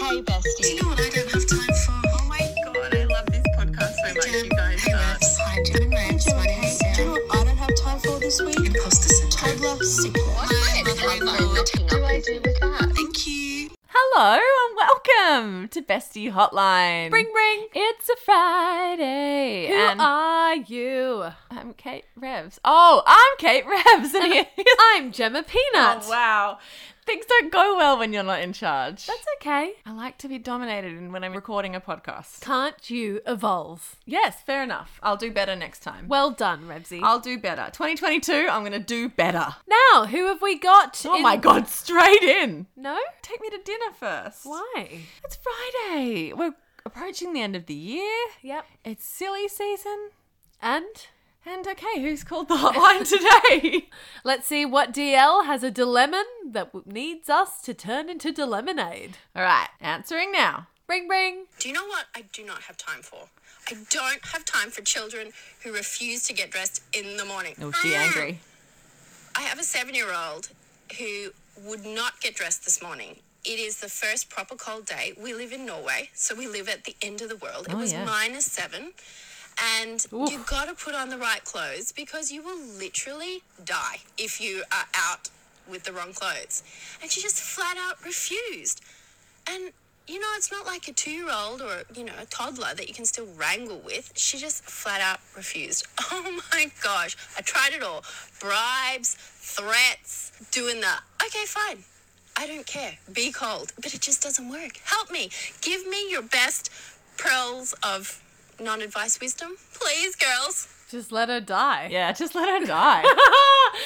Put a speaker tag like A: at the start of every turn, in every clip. A: Hey, bestie.
B: Do you know what I don't have time for?
A: Oh my god, I love this podcast so much, you guys.
B: Hey,
A: Uh,
B: Refs. Hi, Jen. My name's my name's
C: Do you
B: Sarah.
C: know what I don't have time for this week?
B: Imposter syndrome.
C: Toddler sickness.
A: what is my
B: What
A: do I do with that?
B: Thank you.
D: Hello and welcome to Bestie Hotline.
E: Ring ring.
D: It's a Friday.
E: Who
D: and
E: are you?
D: I'm Kate Revs. Oh, I'm Kate Revs. And here.
E: I'm Gemma Peanut.
D: Oh, wow. Things don't go well when you're not in charge.
E: That's okay.
D: I like to be dominated in- when I'm recording a podcast.
E: Can't you evolve?
D: Yes, fair enough. I'll do better next time.
E: Well done, Rebsy.
D: I'll do better. 2022, I'm going to do better.
E: now, who have we got?
D: Oh
E: in-
D: my God, straight in.
E: No?
D: Take me to dinner first.
E: Why?
D: It's Friday. We're approaching the end of the year.
E: Yep.
D: It's silly season.
E: And
D: And okay, who's called the hotline today?
E: let's see what DL has a dilemma that w- needs us to turn into dilemonade.
D: All right, answering now.
E: Ring ring.
B: Do you know what I do not have time for? I don't have time for children who refuse to get dressed in the morning. Mm.
D: Oh, she angry.
B: I have a seven year old who would not get dressed this morning. It is the first proper cold day. We live in Norway, so we live at the end of the world. It
D: Oh,
B: was
D: yeah.
B: minus seven. And you got to put on the right clothes because you will literally die if you are out with the wrong clothes. And she just flat out refused. And you know, it's not like a two year old or, you know, a toddler that you can still wrangle with. She just flat out refused. Oh my gosh. I tried it all bribes, threats, doing the, okay, fine. I don't care. Be cold. But it just doesn't work. Help me. Give me your best pearls of non advice wisdom. Please, girls.
E: Just let her die.
D: Yeah, just let her die.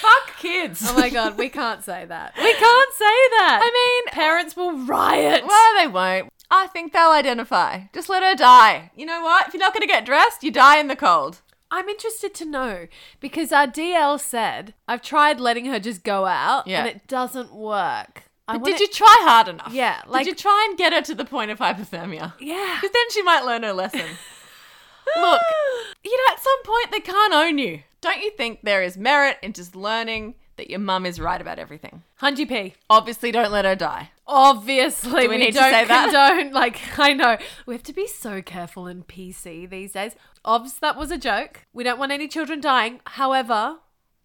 D: Fuck kids.
E: Oh my god, we can't say that. We can't say that.
D: I mean,
E: parents will riot.
D: well, they won't. I think they'll identify. Just let her die. You know what? If you're not going to get dressed, you die in the cold.
E: I'm interested to know because our DL said I've tried letting her just go out
D: Yeah.
E: and it doesn't work. I
D: But
E: wanna-
D: did you try hard enough?
E: Yeah, like-
D: did you try and get her to the point of hypothermia?
E: Yeah.
D: Because then she might learn her lesson. Look, you know, at some point they can't own you. Don't you think there is merit in just learning that your mum is right about everything?
E: Hunji P.
D: Obviously, don't let her die.
E: Obviously,
D: Do we
E: we,
D: need to
E: don't
D: say that?
E: condone. Like, I know we have to be so careful in PC these days. Obs, that was a joke. We don't want any children dying. However,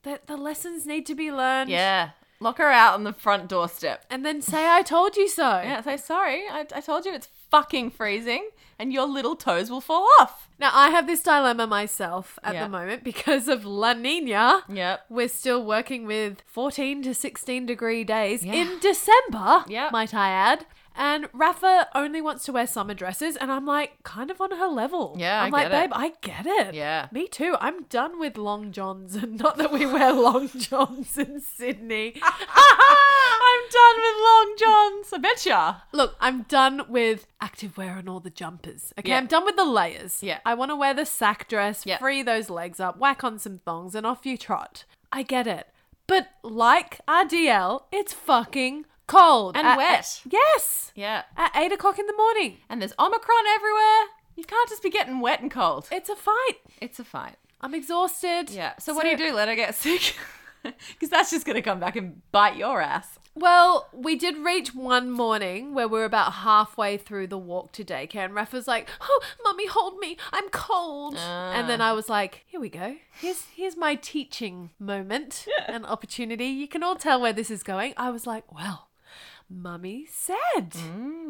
E: the, the lessons need to be learned.
D: Yeah. Lock her out on the front doorstep.
E: And then say, I told you so.
D: Yeah, say, sorry, I, I told you it's fucking freezing and your little toes will fall off.
E: Now, I have this dilemma myself at
D: Yeah.
E: the moment because of La Nina.
D: Yep.
E: We're still working with 14 to 16 degree days
D: Yeah.
E: in December,
D: Yep.
E: might I add. And Rafa only wants to wear summer dresses, and I'm like, kind of on her level.
D: Yeah, I
E: I'm like,
D: get it.
E: babe, I get it.
D: Yeah.
E: me too. I'm done with long johns, and not that we wear long johns in Sydney.
D: I'm done with long johns. I bet ya.
E: Look, I'm done with activewear and all the jumpers. Okay,
D: Yeah.
E: I'm done with the layers.
D: Yeah.
E: I want to wear the sack dress,
D: Yeah.
E: free those legs up, whack on some thongs, and off you trot. I get it. But like RDL, it's fucking cold
D: And
E: At-
D: wet.
E: yes.
D: Yeah.
E: At eight o'clock in the morning.
D: And there's Omicron everywhere. You can't just be getting wet and cold.
E: It's a fight.
D: It's a fight.
E: I'm exhausted.
D: Yeah. So, what do you do? Let her get sick? Because that's just going to come back and bite your ass.
E: Well, we did reach one morning where we were about halfway through the walk to daycare, and Rafa was like, "Oh, mummy, hold me, I'm cold." And then I was like, "Here we go. Here's here's my teaching moment and opportunity. You can all tell where this is going." I was like, "Well." Mummy said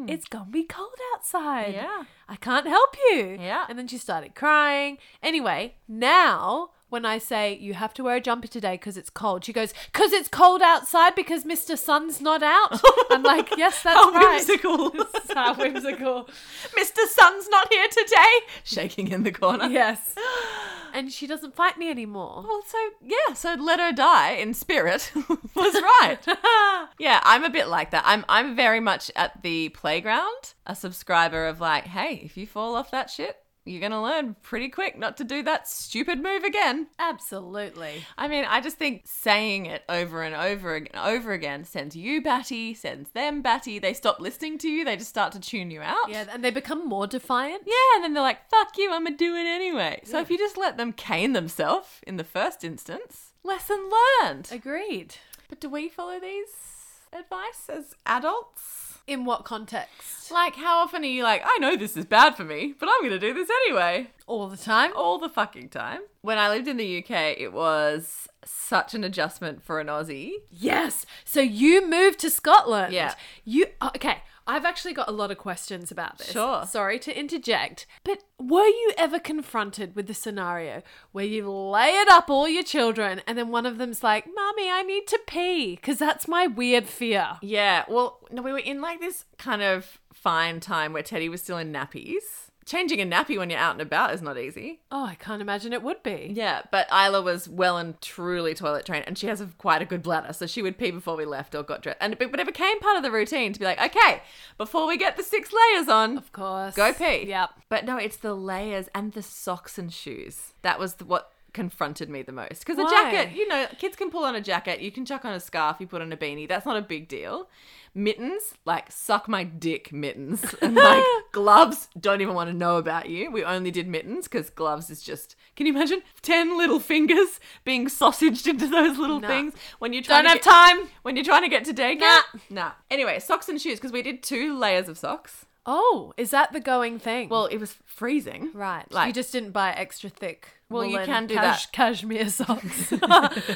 E: it's gonna be cold outside.
D: Yeah.
E: I can't help you.
D: Yeah.
E: And then she started crying. Anyway, now when I say you have to wear a jumper today because it's cold, she goes, "Cause it's cold outside because Mr. Sun's not out." I'm like, "Yes, that's
D: How
E: right."
D: whimsical.
E: How whimsical.
D: Mr. Sun's not here today. Shaking in the corner.
E: yes. And she doesn't fight me anymore.
D: Well, so yeah, so let her die in spirit was right. yeah, I'm a bit like that. I'm I'm very much at the playground, a subscriber of like, hey, if you fall off that shit, you're gonna learn pretty quick not to do that stupid move again.
E: Absolutely.
D: I mean, I just think saying it over and over again, over again sends you batty, sends them batty. They stop listening to you. They just start to tune you out.
E: Yeah, and they become more defiant.
D: Yeah, and then they're like, fuck you, I'm gonna do it anyway. So if you just let them cane themselves in the first instance, lesson learned.
E: Agreed.
D: But do we follow these advice as adults?
E: In what context?
D: Like, how often are you like, I know this is bad for me, but I'm going to do this anyway?
E: All the time.
D: All the fucking time. When I lived in the UK, it was such an adjustment for an Aussie.
E: Yes. So you moved to Scotland.
D: Yeah.
E: You oh, okay? I've actually got a lot of questions about this.
D: Sure.
E: Sorry to interject, but were you ever confronted with the scenario where you layered up all your children and then one of them's like, "Mommy, I need to pee," because that's my weird fear.
D: Yeah, well, no, we were in like this kind of fine time where Teddy was still in nappies. Changing a nappy when you're out and about is not easy.
E: Oh, I can't imagine it would be.
D: Yeah, but Isla was well and truly toilet trained, and she has a, quite a good bladder, so she would pee before we left or got dressed. And but but it became part of the routine to be like, okay, before we get the six layers on,
E: Of course.
D: go pee.
E: Yep.
D: But no, it's the layers and the socks and shoes. That was the, what confronted me the most because the
E: Why?
D: jacket, you know, kids can pull on a jacket, you can chuck on a scarf, you put on a beanie. That's not a big deal. Mittens, like suck my dick mittens. And like gloves, don't even want to know about you. We only did mittens because gloves is just can you imagine? Ten little fingers being sausaged into those little
E: Nah.
D: things when you're trying
E: Don't
D: to
E: have
D: get-
E: time.
D: when you're trying to get to daycare.
E: Nah.
D: nah. Anyway, socks and shoes because we did two layers of socks.
E: Oh, is that the going thing?
D: Well, it was freezing.
E: right.
D: Like
E: you just didn't buy extra thick.
D: Well, you
E: woolen
D: can do
E: cash-
D: that.
E: Cashmere socks.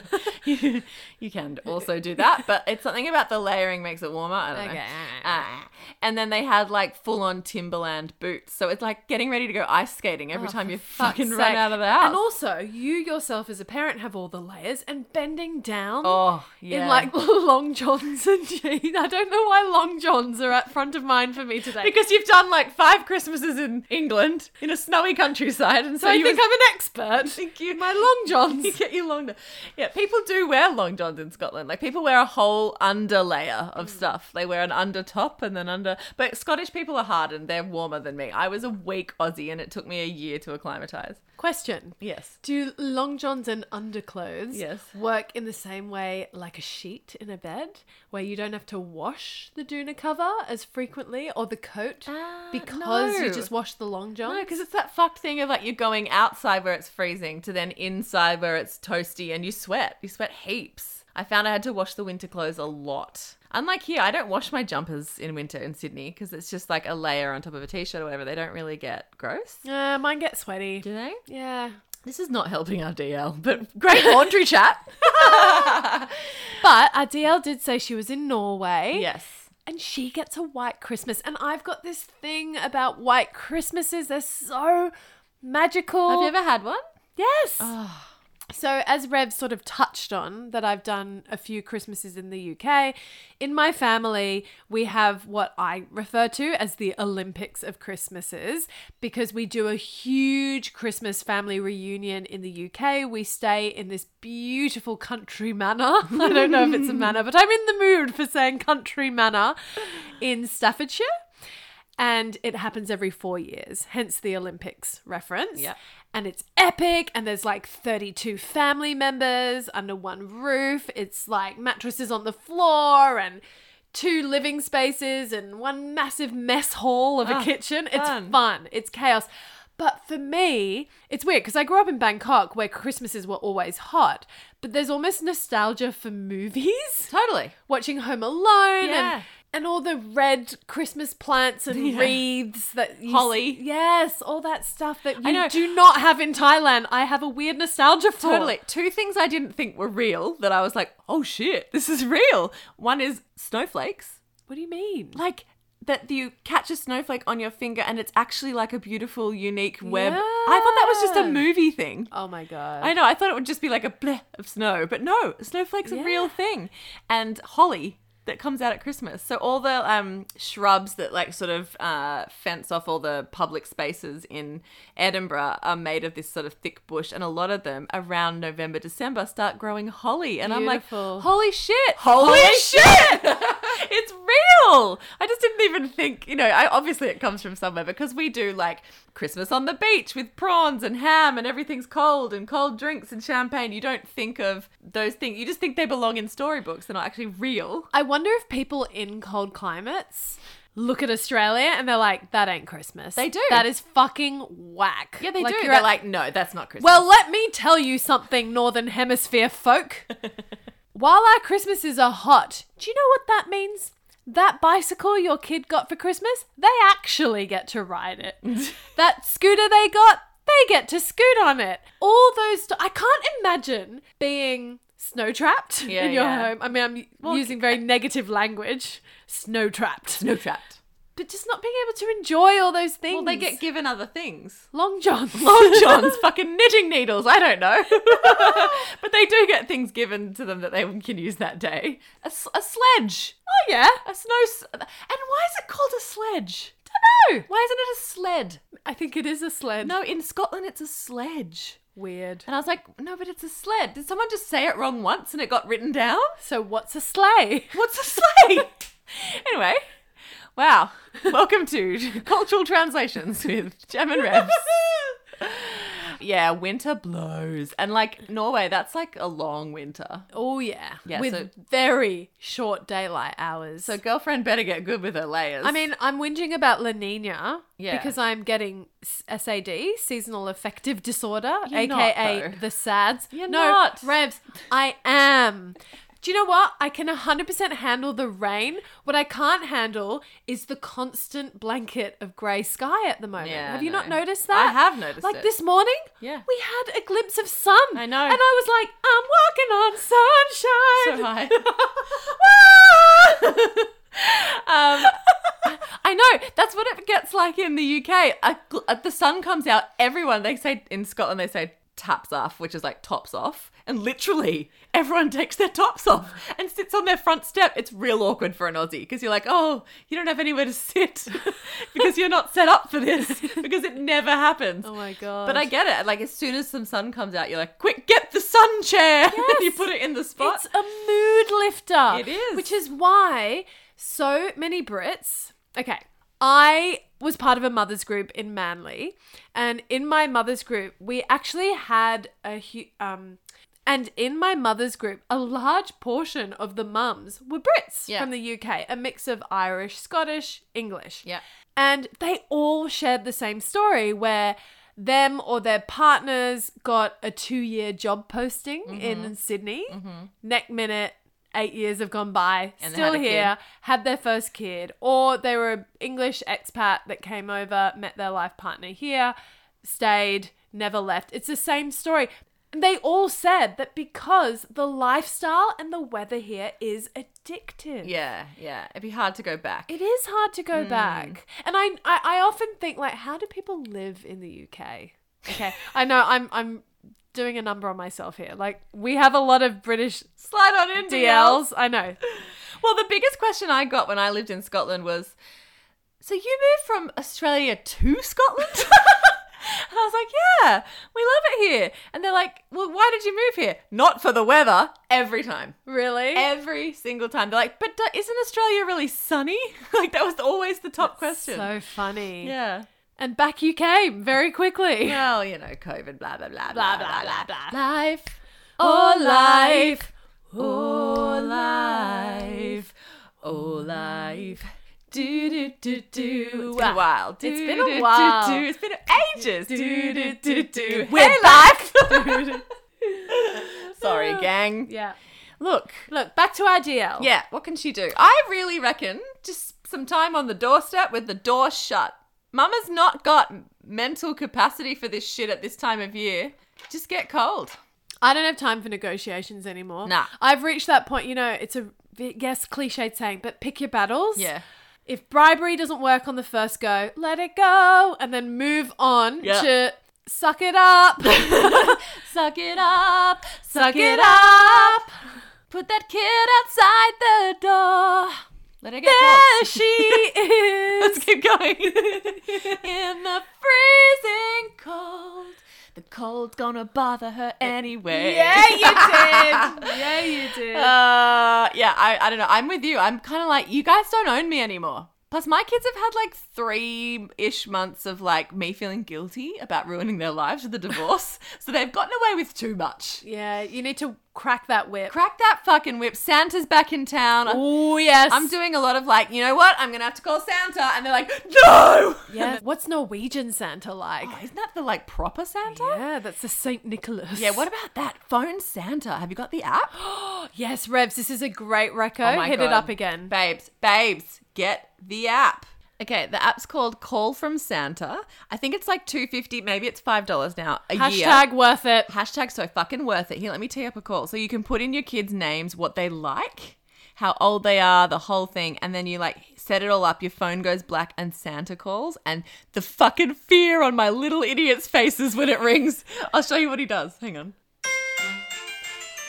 D: you, you can also do that, but it's something about the layering makes it warmer. I don't know.
E: Okay.
D: Ah. and then they had like full on Timberland boots, so it's like getting ready to go ice skating every time you fucking
E: Oh, Fuck's
D: run
E: sake.
D: out of the house.
E: And also, you yourself as a parent have all the layers and bending down
D: oh yeah,
E: in like long johns and jeans. I don't know why long johns are at front of mind for me today.
D: because you've done like five Christmases in England in a snowy countryside, and so,
E: I
D: you
E: think
D: was-
E: I'm an expert.
D: Thank you.
E: My long johns.
D: You get your long john. Yeah, people do wear long johns in Scotland. Like people wear a whole under layer of stuff. They wear an under top and then under. But Scottish people are hardened. They're warmer than me. I was a weak Aussie, and it took me a year to acclimatise.
E: Question.
D: Yes.
E: Do long johns and underclothes
D: Yes.
E: work in the same way like a sheet in a bed where you don't have to wash the doona cover as frequently or the coat
D: Ah,
E: because you
D: no.
E: just wash the long john?
D: No, because it's that fucked thing of like you're going outside where it's freezing to then inside where it's toasty and you sweat. You sweat heaps. I found I had to wash the winter clothes a lot. Unlike here, I don't wash my jumpers in winter in Sydney because it's just like a layer on top of a t shirt or whatever. They don't really get gross.
E: Uh, mine get sweaty.
D: Do they?
E: Yeah.
D: This is not helping our DL, but great laundry chat.
E: But our DL did say she was in Norway.
D: yes.
E: And she gets a white Christmas. And I've got this thing about white Christmases. They're so magical.
D: Have you ever had one?
E: Yes. Ah. So, as Rev sort of touched on, that I've done a few Christmases in the UK. In my family, we have what I refer to as the Olympics of Christmases because we do a huge Christmas family reunion in the UK. We stay in this beautiful country manor. I don't know if it's a manor, but I'm in the mood for saying country manor in Staffordshire. And it happens every four years, hence the Olympics reference
D: Yeah.
E: and it's epic and there's like 32 family members under one roof it's like mattresses on the floor and two living spaces and one massive mess hall of a
D: Ah,
E: kitchen it's
D: fun.
E: fun it's chaos but for me it's weird because i grew up in bangkok where christmases were always hot but there's almost nostalgia for movies
D: Totally.
E: watching Home Alone
D: Yeah.
E: and and all the red Christmas plants and wreaths that you
D: Holly.
E: s- yes, all that stuff that you
D: know.
E: do not have in Thailand. I have a weird nostalgia for.
D: Totally. Two things I didn't think were real that I was like, oh shit, this is real. One is snowflakes.
E: What do you mean?
D: Like that you catch a snowflake on your finger and it's actually like a beautiful, unique web.
E: Yeah.
D: I thought that was just a movie thing.
E: Oh my god.
D: I know, I thought it would just be like a bleh of snow, but no, snowflakes a real thing. And holly that comes out at Christmas. So all the um, shrubs that like sort of uh, fence off all the public spaces in Edinburgh are made of this sort of thick bush, and a lot of them around November, December start growing holly, and I'm
E: Beautiful.
D: like, holy shit, holy, shit, it's real. I just didn't even think, you know, I obviously it comes from somewhere because we do like Christmas on the beach with prawns and ham and everything's cold and cold drinks and champagne. You don't think of those things. You just think they belong in storybooks. They're not actually real.
E: I wonder if people in cold climates look at Australia and they're like, that ain't Christmas.
D: They do.
E: That is fucking whack.
D: Yeah, they do.
E: you're
D: They're
E: at-
D: like, no, that's not Christmas.
E: Well, let me tell you something, Northern Hemisphere folk. While our Christmases are hot, do you know what that means? that bicycle your kid got for Christmas, they actually get to ride it. that scooter they got, they get to scoot on it. All those, st- I can't imagine being snow trapped
D: Yeah,
E: in your
D: yeah.
E: home. I mean, I'm using very negative language. Snow trapped.
D: No trapped.
E: But just not being able to enjoy all those things.
D: Well, they get given other things.
E: long johns.
D: Long John's fucking knitting needles. I don't know. but they do get things given to them that they can use that day. A, s- a sledge.
E: Oh yeah.
D: A snow. S- and why is it called a sledge?
E: No.
D: Why isn't it a sled?
E: I think it is a sled.
D: No, in Scotland it's a sledge.
E: Weird.
D: And I was like, no, but it's a sled. Did someone just say it wrong once and it got written down?
E: So what's a sleigh?
D: What's a sleigh? anyway, wow. Welcome to Cultural Translations with Gem and Rebs. yeah, winter blows. And like Norway, that's like a long winter.
E: Oh yeah.
D: Yeah,
E: With
D: so-
E: very short daylight hours.
D: So girlfriend better get good with her layers.
E: I mean, I'm whinging about La Nina
D: Yeah.
E: because I'm getting s- SAD, seasonal affective disorder,
D: You're not,
E: aka
D: though.
E: the SADS.
D: You're
E: no,
D: not.
E: Revs, I am. Do you know what? I can 100% handle the rain. What I can't handle is the constant blanket of grey sky at the moment.
D: Yeah,
E: have you not
D: no.
E: noticed that?
D: I have noticed
E: Like
D: it.
E: this morning,
D: Yeah.
E: we had a glimpse of sun.
D: I know.
E: And I was like, I'm walking on sunshine.
D: so high. um, I know that's what it gets like in the UK. A, gl- uh, the sun comes out. Everyone they say in Scotland they say taps off, which is like tops off, and literally everyone takes their tops off and sits on their front step. It's real awkward for an Aussie because you're like, oh, you don't have anywhere to sit because you're not set up for this because it never happens.
E: Oh my god.
D: But I get it. Like as soon as some sun comes out, you're like, "Quick, get the sun chair!" and you put it in the spot.
E: It's a mood lifter.
D: It is.
E: Which is why so many Brits. Okay. I was part of a mother's group in Manly, and in my mother's group, we actually had a hu- um and in my mother's group, a large portion of the mums were Brits
D: Yeah.
E: from the UK, a mix of Irish, Scottish, English.
D: Yeah.
E: And they all shared the same story where them or their partners got a two year job posting
D: Mm-hmm.
E: in Sydney. Neck minute, eight years have gone by,
D: And they
E: still
D: had a kid.
E: here, had their first kid. Or they were an English expat that came over, met their life partner here, stayed, never left. It's the same story. And They all said that because the lifestyle and the weather here is addictive.
D: Yeah, yeah. It'd be hard to go back.
E: It is hard to
D: Hmm.
E: go back. And I, I I often think like how do people live in the UK? Okay. I know I'm I'm doing a number on myself here. Like we have a lot of British
D: Slide on in, DL.
E: DLs. I know.
D: Well, the biggest question I got when I lived in Scotland was, "So you moved from Australia to Scotland?" and I was like, "Yeah, we love it here." And they're like, "Well, why did you move here?" Not for the weather. Every time.
E: Really?
D: Every single time. They're like, but d- isn't Australia really sunny? like, that was always the top question.
E: So funny.
D: yeah.
E: And back you came very quickly.
D: Well, you know, COVID, blah, blah, blah,
E: Blah, blah, blah, blah.
D: Life.
E: Oh, life.
D: Oh, life. Oh, life. Do, do, do, do. It's been a while.
E: It's
D: Do,
E: been a
D: do, do,
E: while.
D: do. It's been ages. Do, do, do, do.
E: We're
D: Hey, life. Sorry, gang.
E: Yeah.
D: Look.
E: Look, back to our DL.
D: Yeah, what can she do? I really reckon just some time on the doorstep with the door shut. Mama's not got mental capacity for this shit at this time of year. Just get cold.
E: I don't have time for negotiations anymore.
D: Nah.
E: I've reached that point, you know, it's a yes, cliched saying, but pick your battles.
D: Yeah.
E: if bribery doesn't work on the first go, let it go and then move on
D: Yeah.
E: to suck it up.
D: Suck it up.
E: suck it up.
D: Put that kid outside the door. Let her get
E: There
D: cold.
E: she is.
D: Let's keep going. In the freezing cold. The cold's gonna bother her anyway.
E: yeah, you did.
D: Uh, yeah, I, I don't know. I'm with you. I'm kind of like, you guys don't own me anymore. Plus, my kids have had like three ish months of like me feeling guilty about ruining their lives with the divorce. so they've gotten away with too much.
E: Yeah, you need to crack that whip.
D: Crack that fucking whip. Santa's back in town.
E: Oh yes,
D: I'm doing a lot of like, you know what? I'm gonna have to call Santa, and they're like, no.
E: Yeah, what's Norwegian Santa like?
D: Oh, isn't that the like proper Santa?
E: yeah, that's the Saint Nicholas.
D: Oh, Yeah, what about that phone Santa? Have you got the app?
E: Yes, Revs, this is a great reco.
D: Oh my
E: Hit it
D: God.
E: up again.
D: Babes, babes, get the app. Okay, the app's called Call from Santa. I think it's like two fifty, maybe it's five dollars now a year.
E: Hashtag worth it.
D: Hashtag so fucking worth it. Here, let me tee up a call. So you can put in your kids' names, what they like, how old they are, the whole thing, and then you like set it all up. Your phone goes black and Santa calls, and the fucking fear on my little idiot's faces when it rings. I'll show you what he does. Hang on.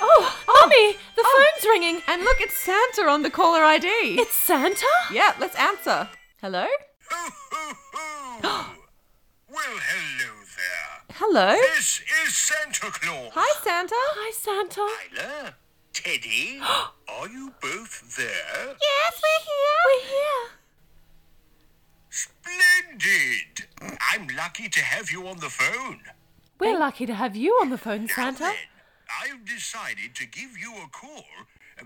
E: Oh, mommy, the phone's ringing.
D: oh. And look, it's Santa on the caller ID.
E: It's Santa?
D: yeah, let's answer. Hello?
F: Ho, ho, ho. well, hello there.
D: Hello?
F: This is Santa Claus.
D: Hi, Santa.
E: Hi, Santa.
F: Tyler, Teddy, are you both there?
D: Yes, we're here. We're here.
F: Splendid. I'm lucky to have you on the phone.
E: We're lucky to have you on the phone, Santa.
F: Then, I've decided to give you a call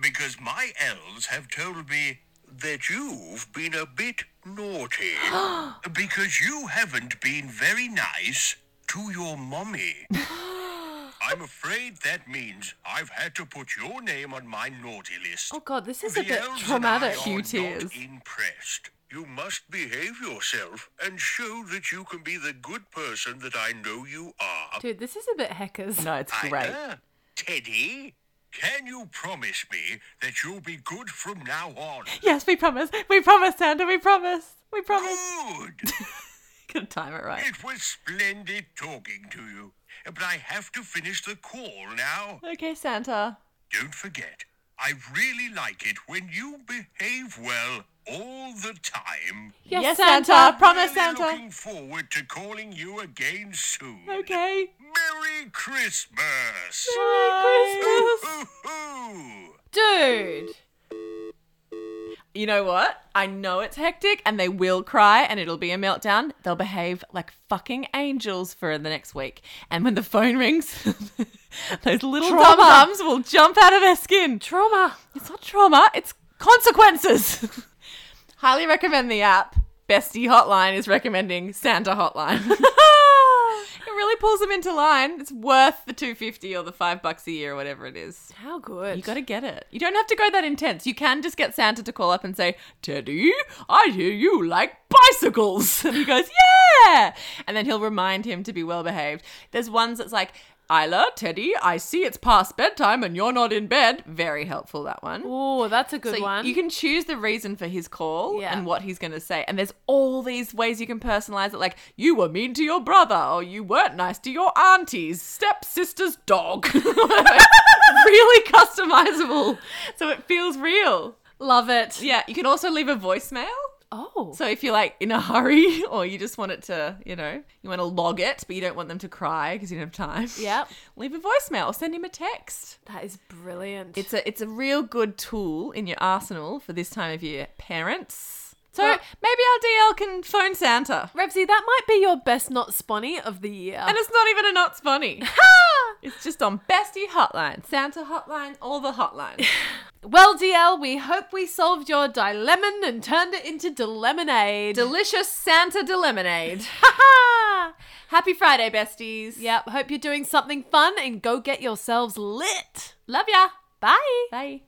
F: because my elves have told me that you've been a bit naughty because you haven't been very nice to your mommy. I'm afraid that means I've had to put your name on my naughty list.
E: Oh, God, this is a
F: The
E: bit
F: elves and I are
E: traumatic.
D: Few
F: not
D: tears.
F: impressed. You must behave yourself and show that you can be the good person that I know you are.
E: Dude, this is a bit heckers.
D: No, it's
F: Ida,
D: great.
F: Teddy, can you promise me that you'll be good from now on?
D: Yes, we promise. We promise, Santa. We promise. We promise.
F: Good!
D: Gonna time it right.
F: It was splendid talking to you. But I have to finish the call now.
D: Okay, Santa.
F: Don't forget, I really like it when you behave well all the time.
E: Yes,
D: Promise,
F: Really
D: Santa.
F: Looking forward to calling you again soon.
D: Okay.
F: Merry Christmas!
D: Merry Christmas.
F: Hoo, hoo.
E: Dude.
D: You know what? I know it's hectic and they will cry and it'll be a meltdown. They'll behave like fucking angels for the next week. And when the phone rings, those little dumb
E: Trauma.
D: mums will jump out of their skin.
E: Trauma.
D: It's not trauma, it's consequences. Highly recommend the app. Bestie Hotline is recommending Santa Hotline. it really pulls them into line. It's worth the 250 or the 5 bucks a year or whatever it is.
E: How good.
D: You got to get it. You don't have to go that intense. You can just get Santa to call up and say, Teddy, I hear you like bicycles. And he goes, Yeah. And then he'll remind him to be well behaved. There's ones that's like, Isla, Teddy, I see it's past bedtime and you're not in bed. Very helpful, that one.
E: Oh, that's a good
D: So
E: one.
D: you can choose the reason for his call
E: Yeah.
D: and what he's going to say. And there's all these ways you can personalize it like you were mean to your brother or you weren't nice to your auntie's stepsister's dog. really customizable. So it feels real.
E: Love it.
D: Yeah, you can also leave a voicemail.
E: Oh.
D: So if you're like in a hurry or you just want it to, you know, you want to log it, but you don't want them to cry because you don't have time.
E: Yep.
D: Leave a voicemail or send him a text.
E: that is brilliant.
D: It's a it's a real good tool in your arsenal for this time of year, parents. So
E: Well-
D: maybe our DL can phone Santa,
E: Revsy, that might be your best not sponny of the year.
D: and it's not even a not funny. it's just on Bestie Hotline, Santa Hotline, all the hotlines.
E: well, DL, we hope we solved your dilemma and turned it into dilemonade.
D: Delicious Santa de lemonade. Happy Friday, besties.
E: yep, hope you're doing something fun and go get yourselves lit.
D: Love ya.
E: Bye.
D: Bye.